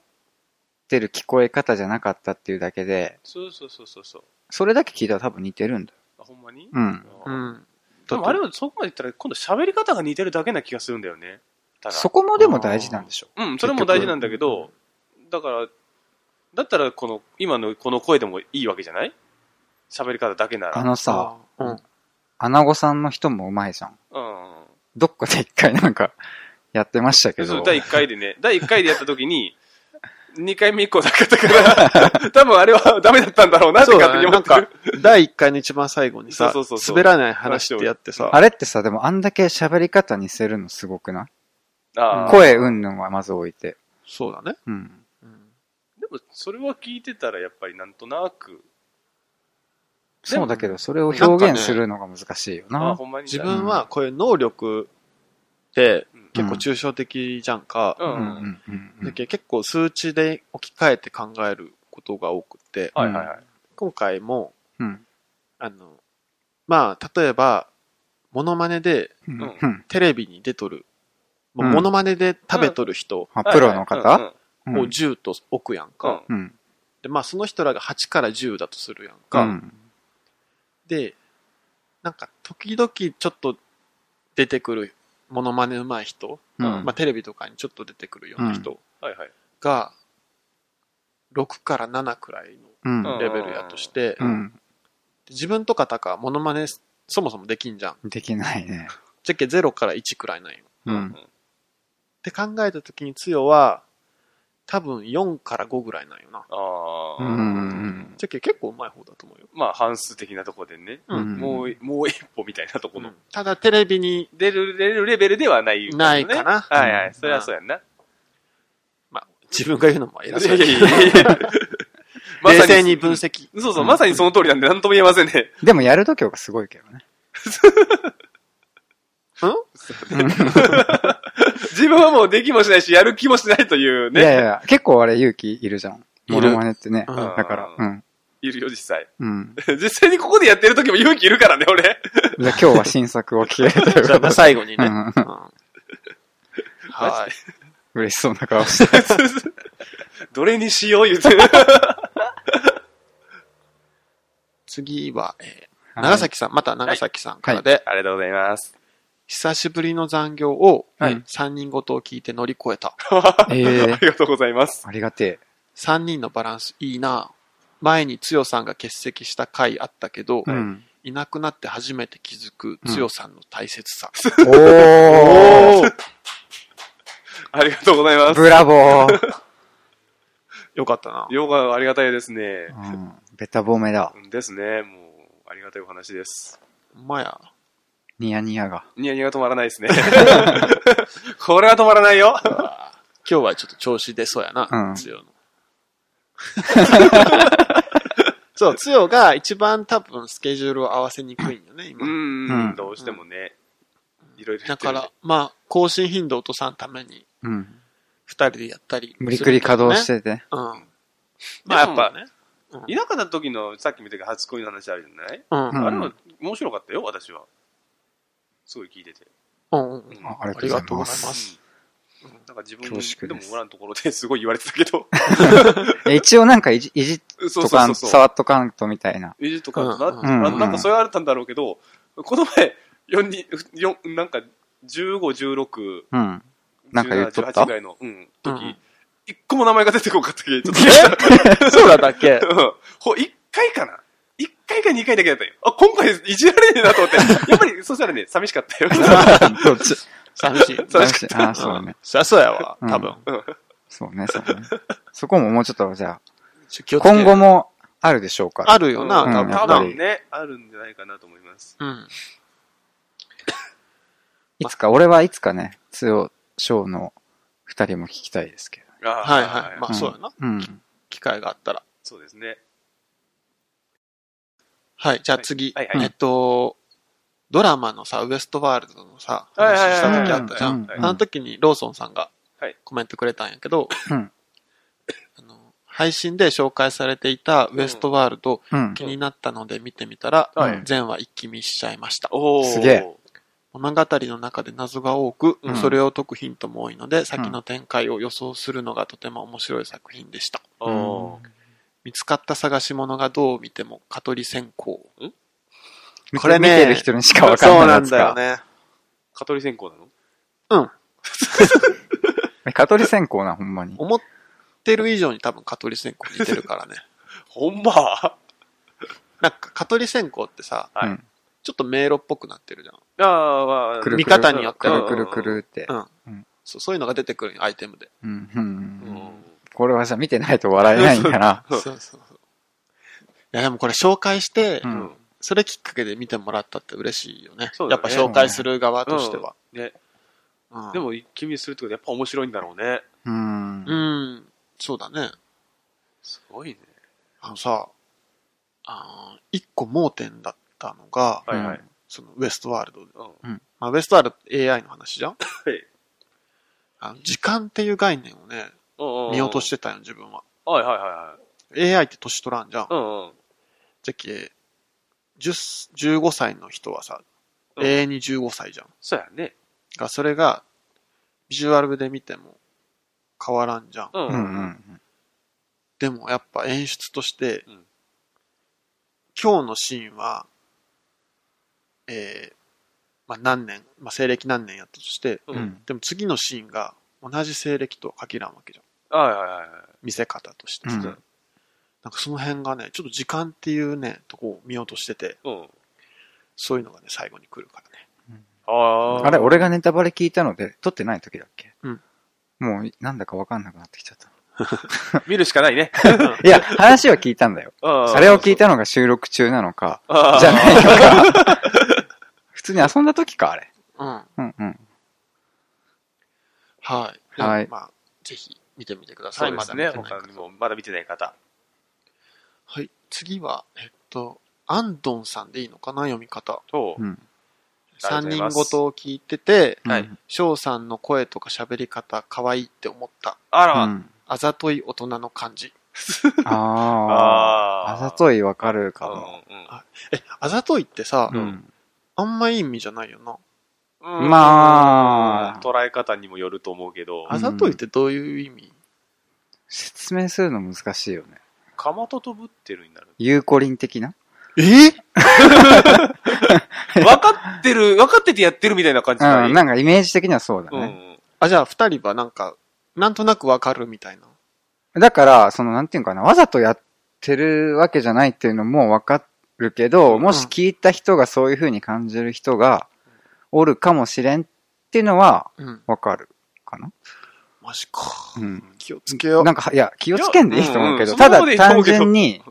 てる聞こえ方じゃなかったっていうだけで、そうそうそうそうそう。それだけ聞いたら多分似てるんだよ。あほんまにうん。うあーん。でもあれはそこまで言ったら今度喋り方が似てるだけな気がするんだよね。ただ。そこもでも大事なんでしょ。うん、それも大事なんだけど、だから、だったらこの、今のこの声でもいいわけじゃない喋り方だけなあら。のさ、あうん。穴子さんの人もうまいじゃん。うん。どっかで一回なんか、やってましたけそうど。 第1回でね、第1回でやった時に、2回目以降なかったから、多分あれはダメだったんだろうなってそうだ勝手ねに思なっんてるか、第1回の一番最後にさそうそうそう、そう滑らない話ってやってさ、あれってさ、でもあんだけ喋り方似せるのすごくないああ声うんぬんはまず置いて。そうだね。うん。うんでも、それは聞いてたらやっぱりなんとなく、そうだけど、それを表現するのが難しいよああ、な。ほんまに。自分はこういう能力ってうん結構抽象的じゃんか、う。うんんはうんうんうだん。けど結構数値で置き換えて考えることが多くて、いはいはい。今回も、うん。あの、まあ、例えば、モノマネでうんうんうん。テレビに出とる、まあうんモノマネで食べとる人あ、プロのはい方はういんを10と置くやんうんか。うん。うんで、まあ、その人らが8から10だとするやんか。うんで、なんか、時々ちょっと出てくるモノマネ上手い人、うんまあ、テレビとかにちょっと出てくるような人はいはい。が、6から7くらいうんのレベルやとして、うん。自分とかたかモノマネそもそもできんじゃん。できないね。じゃけ0から1くらいなんよ。う。うんん。って考えた時につよは、多分4から5ぐらいなんよな。あうあ、んうんうんじゃけ結構うまい方だと思うよ。まあ、半数的なとこでね。うんんもう、もう一歩みたいなとこの。ただテレビに、出る、出るレベルではない、ないかなはいはうい。それはそうやんな。まあ、自分が言うのも偉いそうややいやいやいやま冷さ静に分。析。そうそう、まさにその通りなんで、なんとも言えませんね。でもやる度胸がすごいけどね。うん 自分はもうできもしないし、やる気もしないといういやいね。や、結構あれ勇気いるじゃん。いるモノマネってね。うだんから、うん。いるよ、実際。 うん。実際にここでやってる時も勇気いるからね、俺。 じゃあ今日は新作を聞けるとい うじゃあこまとあで。最後にうね。んうんうんはい。嬉しそうな顔して。どれにしよう、言うて。 次は、えー長崎さん、また長崎さんからで、ありがとうございます。久しぶりの残業をはい3人ごとを聞いて乗り越えた。えーありがとうございます。 ありがて3人のバランスいいな。前につよさんが欠席した回あったけど、え。うん。いなくなって初めて気づくうんつよさんの大切さ。おーありがとうございます。ブラボー、よかったな。ヨガありがたいですね。うん、ベタ褒めだ。うんですね。もう、ありがたいお話です。ほんまや。ニヤニヤが。ニヤニヤが止まらないですね。 これは止まらないよ。 今日はちょっと調子出そうやうな、んつよの。 そう、つよが一番多分スケジュールを合わせにくいんよね、う、今。うんんどうしてもね。いろいろやだってるかねら、、まあ、更新頻度を落とさんために、うん。二人でやったり、無理くり稼働し。てて。うん。まあ、やっぱね。田舎の時の、さっき見たけど初恋の話あるじゃない、うん。うんあれも面白かったよ、私は。すごい聞いてて。うんうん。うんあありがとうございまあす。うんなんか自分恐縮ででもすおらんところですごい言われてたけど。え一応なんかいじ、いじっそうそとうそか、うんそう。触っとかんとみたいな。エジとかな、うんうんななんかそれはあったんだろうけど、この前、四人、四なんか、15、16、うん。なんか言っとったぐらいの、うん、うん時、一個も名前が出てこんかったけど、ちょっとえそうだったっ けうんほ、一回かな一回か二回だけだったよ。あ、今回いじられねえなと思って。やっぱり、そしたらね、寂しかったよ。どっち寂しい。 そう楽しいああ、そうね。。そりゃそうやわ、うん多分。そうね、そうね。そこももうちょっと、じゃちょ気あ、をつけ今後もあるでしょうから。あるよな、う多ん分多な。分ね、あるんじゃないかなと思います。うん。いつか、俺はいつかね、つよ、ショーの二人も聞きたいですけど。ははいはい。まあ、んそうやな。うん。機会があったら。そうですね。はい、じゃあ次。はいはいえっと、ドラマのさ、ウエストワールドのさ、はい話はいはいした時あったじゃん。うんあの時にローソンさんがはいコメントくれたんやけど、うんあの配信で紹介されていたウエストワールド、うん。気になったので見てみたらはい、全話一気見しちゃいました。おーすげえ。物語の中で謎が多く、うんそれを解くヒントも多いので、先の展開を予想するのがとても面白い作品でした。おー見つかった探し物がどう見ても蚊取り線香。見てこれね見てる人にしかわかんないやつか。ね。蚊取り線香なのうん。え蚊取り線香な、ほんまに。思ってる以上に多分蚊取り線香似てる からね。ほんまあなんか蚊取り線香ってさ、はいうんちょっと迷路っぽくなってるじゃん。ーまあ、くるくる見方によってくはるくるくるってう。ん。うんそうそういうのが出てくるよアイテムで。うん、うん、ううんん。これはじゃあ見てないと笑えないんだな。そうそうそう。いやでもこれ紹介して、うんうんそれきっかけで見てもらったって嬉しいよね。そうだやねっぱ紹介する側としては。ね、うんで、も一気見するってことはやっぱ面白いんだろうね。うん。うん、そうだね。すごいね。あのさ、あー一個盲点だったのが、はいはい。そのウエストワールドで。うんまあ、ウエストワールドって AI の話じゃんはいあの時間っていう概念をね、うんうん見落としてたよ、自分は。はいはいはいはい。 AI って年取らんじゃん。うんうん。じゃけ、10 15歳の人はさ、うん永遠に15歳じゃん。そうやね。が、それが、ビジュアルで見ても変わらんじゃん。うんうん、うん。でもやっぱ演出として、うん今日のシーンは、えー、まあ何年、まあ西暦何年やったとして、う。うんん。でも次のシーンが同じ西暦とは限らんわけじゃん。はいはいはいはい。見せ方として。うんなんかその辺がね、ちょっと時間っていうね、とこを見落としてて、うん。そういうのがね、最後に来るからね。あああれ、俺がネタバレ聞いたので、撮ってない時だっけうん。もう、なんだかわかんなくなってきちゃった。見るしかないね。いや、話は聞いたんだよ。そそれを聞いたのが収録中なのか、たじゃないのか。 普通に遊んだ時か、あれ。うん。うんうん。はい。はいでもまあ、ぜひ見てみてくださそい。うですまね。だ見てない他にも、まだ見てない方。はい。次は、えっと、アンドンさんでいいのかな読み方。とう、ん。ありがとう三ござい人ますごとを聞いてて、うんはい。翔さんの声とか喋り方可愛いって思った。あうら、ん。あざとい大人の感じ。ああ。ああーざといわかるかも。うんうんえ、あざといってさ、ううんん。あんまいい意味じゃないよな。うんまあ捉え方にもよると思うけど、あざといってどういう意味、説明するの難しいよね。かまととぶってるになる。有効輪的なえ分かってる、分かっててやってるみたいな感じじゃなういん。なんかイメージ的にはそうだうんうね。んあ、じゃあ二人はなんか、なんとなくわかるみたいな。だから、その、なんていうのかな、わざとやってるわけじゃないっていうのもわかるけど、もし聞いた人がそういう風に感じる人がおるかもしれんっていうのはうん。わかるかな。マジか。うん。気をつけよう。なんか、いや、気をつけんでいいと思うけいど、やたうんうだんそんなことでいいと思単うけど純に、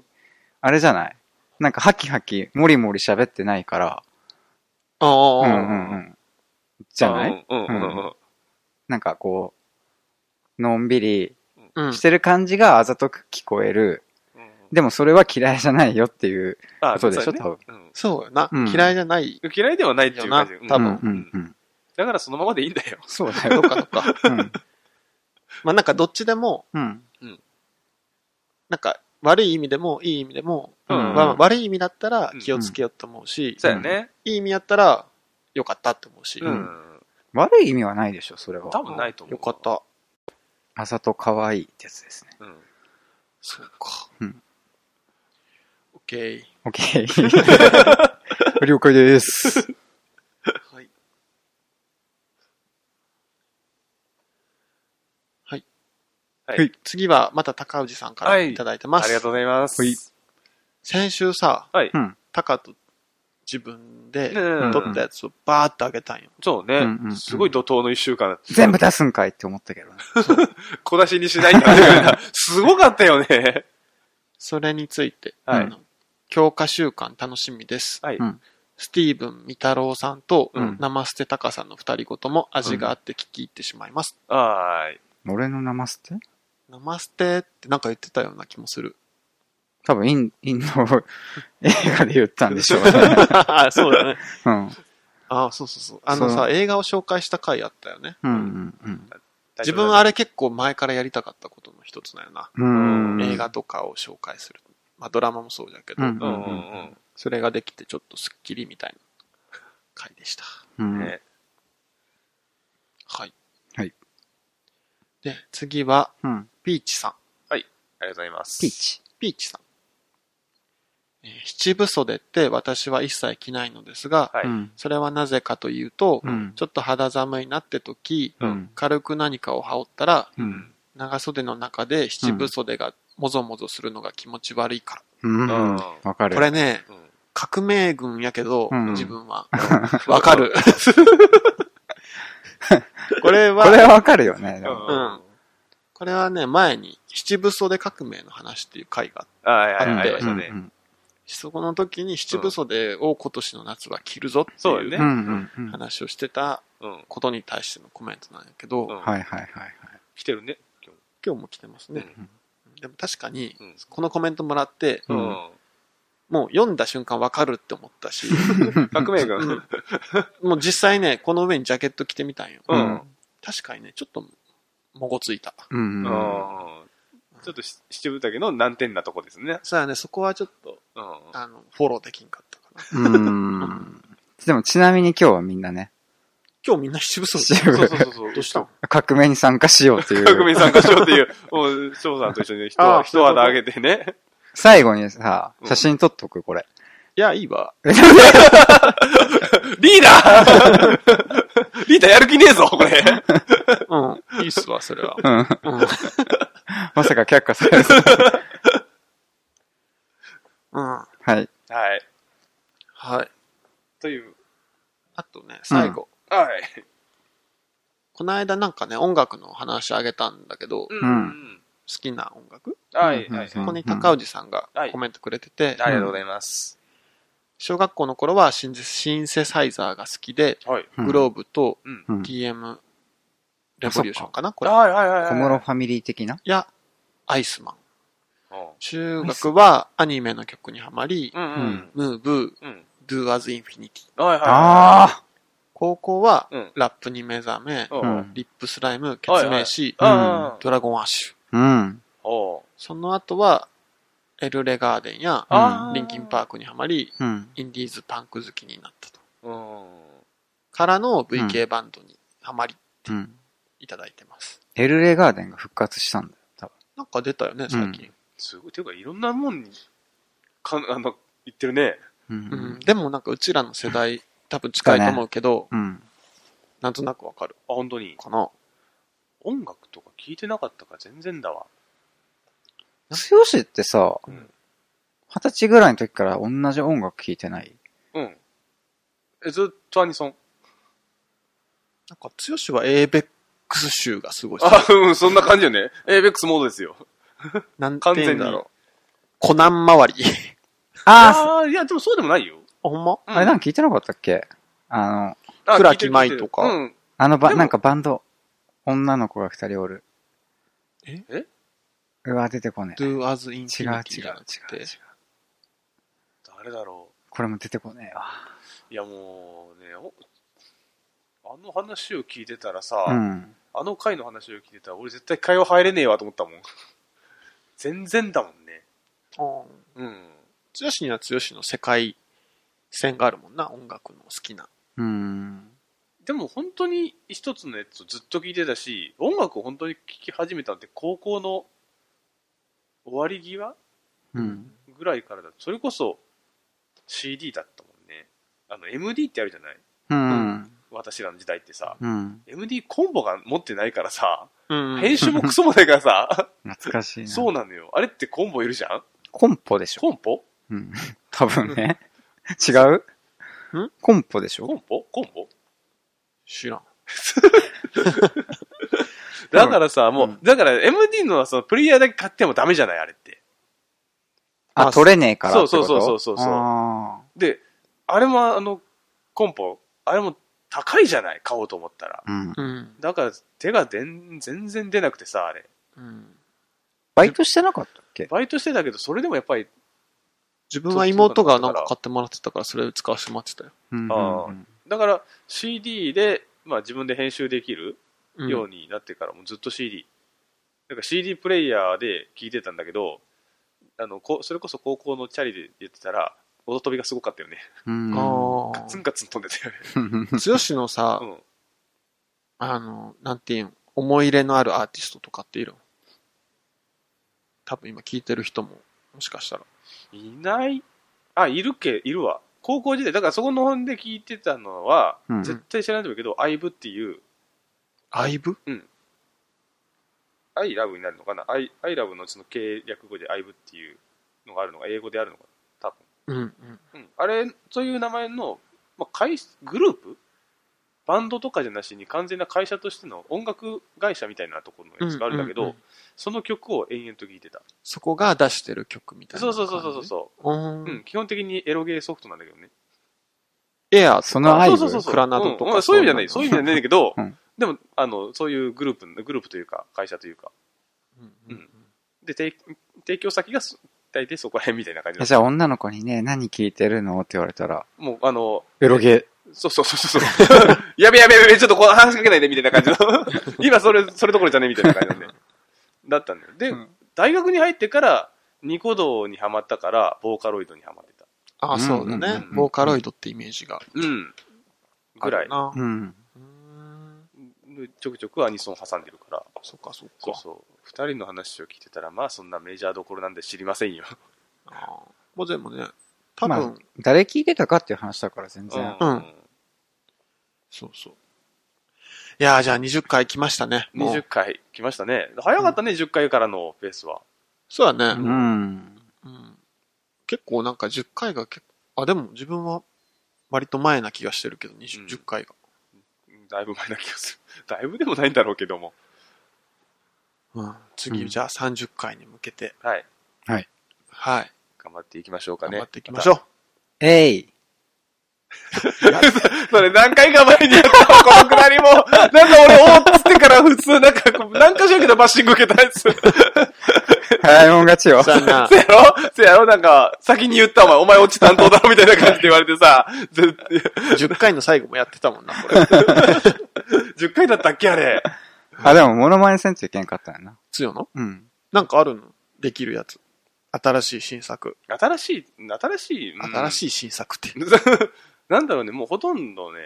あれじゃないなんか、ハキハキ、もりもり喋ってないから、ああ、うんうああんうん。じゃないうんうんうんうんなんかこう、のんびりうんしてる感じがあざとく聞こえる。でもそれは嫌いじゃないよっていうあことでしょ、そうだ多ね分。うんそうよな、うん嫌いじゃない。嫌いではないっていう感じ。ようなん多分うんうんうん。だからそのままでいいんだよ。そうだ どっよ。かどっか。うん。まあなんかどっちでも、うん。なんか悪い意味でもいい意味でも、うんまあ悪い意味だったら気をつけようと思うし、そうやね。いい意味やったらよかったって思うし、う。うん悪い意味はないでしょ、それは。多分ないと思う。よかっ。た。あざと可愛いってやつですね。うん。そうか。うん。 OK。オッ ケー。了解です。はい。はい。はい次はまた高氏さんからいただいてます。ありがとうございます。はい先週さ、はいうん高と自分でうん撮ったやつをバーってあげたんよ。そううんねうんう。んすごい怒涛の一週間だった。全部出すんかいって思ったけどね。小出しにしないんだねすごかったよね。それについて、はいあの強化週間楽しみです。はい。うんスティーブン・ミタロウさんと、うん生捨てタカさんの二人ごとも味があって聞き入ってしまいます。はーい。俺の生捨て生捨てってなんか言ってたような気もする。多分イン、インの映画で言ったんでし ょうね。 そうだね。うん。ああ、そうそうそう。あのそさ、映画を紹介した回あったよね。うんうん自分あれ、れ結構前からやりたかったことの一つだよな。うん。うん。映画とかを紹介する。まあドラマもそうだけど、うんうんうんそれができてちょっとスッキリみたいな回でした。ううん。ん。ねはい。はい。で、次は、うん。ピーチさん。ありがとうございます。ピーチ。ピーチさん。えー七分袖って私は一切着ないのですが、はい。うん。それはなぜかというと、うんちょっと肌寒いなって時、うん。軽く何かを羽織ったら、うん。長袖の中で七分袖がもぞもぞするのが気持ち悪いか。うん。わからる。これね、うん革命軍やけど、うん自分は。わか る。これは、これはわかるよね。でうもん。うんこれはね、前に七分袖革命の話っていう回があって、はいはいはい。ありましうたんね。そこの時に七分袖を今年の夏は着るぞってそういうんうよねんうん。うん話をしてたうん。ことに対してのコメントなんやけど、うんはいはいはいはい。来てるね。今今日も着てますね。うんでも確かに日、うんこのコメントもらって、ううんん。もう読んだ瞬間わかるって思ったし、 革命う軍ん。もう実際ね、この上にジャケット着てみたんよ。うん。ううんん。確かにね、ちょっと、もごついた。うんうん。ちょっとし七分丈の難点なとこですね。そうやね、そこはちょっと、うん。あの、フォローできんかったかな。うん。でもちなみに今日はみんなね、今日みんな七分袖。七分そうそうそう そう。どうしたの革命に参加しようってい 革命う。参加しようっていう、もう、翔さんと一緒に一あ肌あそういう一こと肌上げてね。最後にさ、うん写真撮っとく、これ。いや、いいわ。リーダーリーダーやる気ねえぞ、これ。うん。いいっすわ、それは。うん。うん。まさか却下される。うん。はい。はい。はい。という、あとね、最後。はい。この間なんかね、音楽の話あげたんだけど、好うんん。きな音楽、はい、うんはい。うんここに高氏さんがはいコメントくれてて、ありがとうございます。小学校の頃はシンセシンセサイザーが好きで、はい。うんグローブとうん。うん TM レボリューションかなこれ。はい、はい、はい。小室ファミリー的ないや、アイスマン。うん中学はアニメの曲にはまり、うんうん。ムーブうん。ー、do as infinity。はい、はい。あ高校はうんラップに目覚め、ああうん。リップスライム、決明し、あドラゴンアッシュ。うん。おその後は、エルレガーデンやあーリンキンパークにはまり、うん。インディーズパンク好きになったと。うん。からの VK バンドにはまりうん。いただいてます。エルレガーデンが復活したんだよ、多分。なんか出たよね、最近。すごい。ていうか、いろんなもんに、かん、 あの、言ってるね。ううんん。でもなんかうちらの世代、多分近いと思うけど、うん。なんとなくわかるあ、本当に。かな。音楽とか聞いてなかったから全然だわ。つよしってさ、う二ん十歳ぐらいの時から同じ音楽聴いてないうん。え、ずっとアニソン。なんか、つよしは ABEX 集がすごい好き あ、うん、そんな感じよね。エイベックスモードですよ。なんて完言う全んに。だろう。コナン周り。 あああ、いや、でもそうでもないよ。あほんまああれなんか聴いてなかったっけあの、あ倉木聞いてる聞いて舞るとかうん。あのば、でもなんかバンド、女の子が二人おる。ええうわ、出てこねえ。違う ?Do as 違う infinity じ違ゃなくう違てう。。誰だろこれも出てこねえわ。う。いや、もうね、おあの話を聞いてたらさ、うん。あの回の話を聞いてたら、俺絶対会話入れねえわと思ったもん。 全然だもんね。うんうん。つよしにはつよしの世界線があるもんな、音楽の好きな。うん。でも本当に一つのやつをずっと聞いてたし、音楽を本当に聴き始めたのって高校の終わり際うん。ぐらいからだ。それこそ CD だったもんね。あの MD ってあるじゃないうん。私らの時代ってさ。うん。 MD コンボが持ってないからさ、うん編集もクソもないからさ、懐かしいな。そうなのよ。あれってコンボいるじゃんコンポでしょ。コンポうん。多分ね。違うんコンポでしコょンポコンボ知らん。だからさ、もう、うんだから MD のはそのプレイヤーだけ買ってもダメじゃないあれって。あ、あ取れねえからってことそうそうそうそうそうあで、あれもあの、コンポ、あれも高いじゃない買おうと思ったら。ーうん。うん。だから手がでん全然出なくてさ、あれ。うんバイトしてなかったっけバイトしてたけど、それでもやっぱり、自分は妹がなんか買ってもらってたから、それ使わせてもらってたよ。うんあうんだから CD で、まあ自分で編集できるうんようになってからもうずっと CD。だから CD プレイヤーで聴いてたんだけど、あの、こそれこそ高校のチャリで言ってたら、音飛びがすごかったよね。うん。あカツンカツン飛んでたよね。あ。つよしのさ、うん。あの、なんていうん、思い入れのあるアーティストとかっているの多分今聞いてる人も、もしかしたら。いないあ、いるけ、いるわ。高校時代、だからそこの本で聞いてたのは、うん絶対知らないと思うけど、アイブっていう、アイブアイラブになるのかなアイアイラブのうちの計略語でアイブっていうのがあるのが、英語であるのかな多うん、うん。分。うん。あれ、そういう名前の、まあ、会社グループバンドとかじゃなしに完全な会社としての音楽会社みたいなところのやつがあるんだけど、うんうんうんその曲を延々と聴いてた。そこが出してる曲みたいなそ感うじ。。そうそうそうそうう。ううんん、。基本的にエロゲーソフトなんだけどね。エアーそのアイブ、そうそうそうそう。クラナドとかうんまあそういう意味じゃない。そそうういいうう意味じゃないんだけどうんでも、あの、そういうグループ、グループというか、会社というか。うんうんで、提提供先がそ大体そこら辺みたいな感じえなのじゃあ女の子にね、何聞いてるのって言われたら、もう、あの、エロゲー。そうそうそうそう。 やべやべやべ、ちょっとこう話しかけないで、みたいな感じ の。今、それ、それどころじゃねみたいな感じなんで。だったんだよ。で、うん大学に入ってから、ニコ動にハマったから、ボーカロイドにハマってた。ああ、そうだうんうんねう。んボーカロイドってイメージがうん。あぐらるい。な。うん。うんちょくちょくアニソン挟んでるから。そっかそっそうか。そう。二人の話を聞いてたら、まあそんなメジャーどころなんで知りませんよ。ああもうでもね、多まあ分、誰聞いてたかっていう話だから全然。うんそうそう。いやーじゃあ20回来ましたね。も20う。回来ましたね。早かったね、10回からのペースは。そうだうね。ん。うん結構なんか10回が結構、あ、でも自分は割と前な気がしてるけど、う20ん十回が。だいぶ前な気がする。 だいぶでもないんだろうけども。うん。う次、んじゃあ30回に向けて、はい。はい。頑張っていきましょうか頑ね。張っていきましょう。えい。う。 それ何回か前にやったこのくだりも、 なんか俺、おーっつってから普通、なんかこう、なんかしらんけどバッシング受けたやつ。そ早いもん勝 ちよ。さあな、やろそやろなんか、先に言ったお前、お前オチ担当だろみたいな感じで言われてさ、ぜ10回の最後もやってたもんな、こ れ。 10回だったっけあれ。あ、でも、モノマネせんといけんかったよな。強のうん。なんかあるのできるやつ。新しい新作。新しい、新しい、新い。しい新作って。 なんだろうね、もうほとんどね、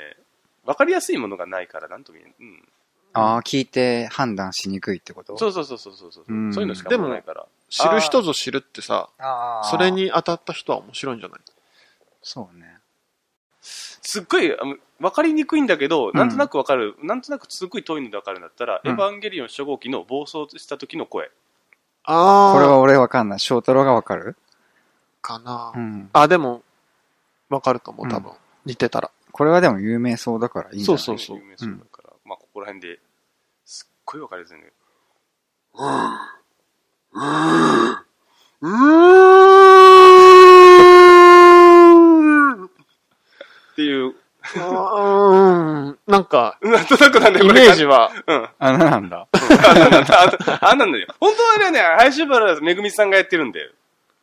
わかりやすいものがないから、なんとも言えん。うん。ああ、聞いて判断しにくいってことそうそうそうそうそうそう。うんそういうのしかもうないから。知る人ぞ知るってさ、あーそれ。に当たった人は面白いんじゃないそうね。すっごい、あのわかりにくいんだけんど、なんとなくわかる、なんとなくすっごい遠いのでわかるんだったら、うんエヴァンゲリオン初号機の暴走した時の声。あー。これは俺わかんない。翔太郎がわかるかな、うん。あ、でも、わかると思う、多分。似てたら。これはでも有名そうだからいいんじゃないそうそう有名そうだから、まあ、ここら辺で、すっごいわかりやすいんだけうーん。ど。っていう、うん。なんか、なんとなくなんだよ、イこれメージは、うん。あ、なんだ。あなんなんだああんなんだよ。本当はあれはね、配信原めぐみさんがやってるんだよ。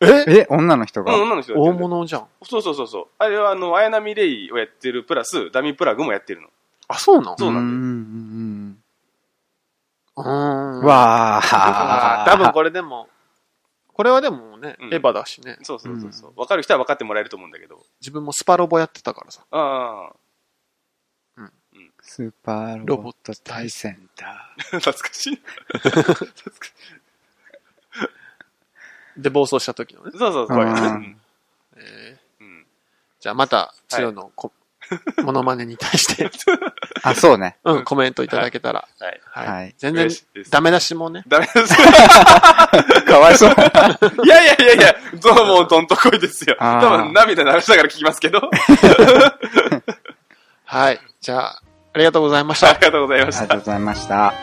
ええ、女の人うが、ん、女の人がやっ大てるんだよ。物じゃん。そうそうそうそう。あれは、あの、綾波レイをやってるプラス、ダミープラグもやってるの。あ、そうなのそうなんだよんうんうー。うんん。わああ。ー多分これでも、これはでもね、うんエヴァだしね。そうそうそうそう。わ、かる人は分かってもらえると思うんだけど。自分もスパロボやってたからさ。ああ。スーパーロボット対戦だ。懐かしい。で、暴走した時のね。そうそう、怖い。うんえーうん。じゃあまた、つよのこ、モノマネに対して、あ、そうね。うん、コメントいただけたら。はい。ははいい。全然嬉しいで、すダメ出しもね。ダメです。 かわいそう。いやいやいやいや、どうもどんとこいですよ。あー多分涙流しながら聞きま すけど。あはい。じゃあ、ありがとうございましたり。がとうございまあしりたがと。うございました。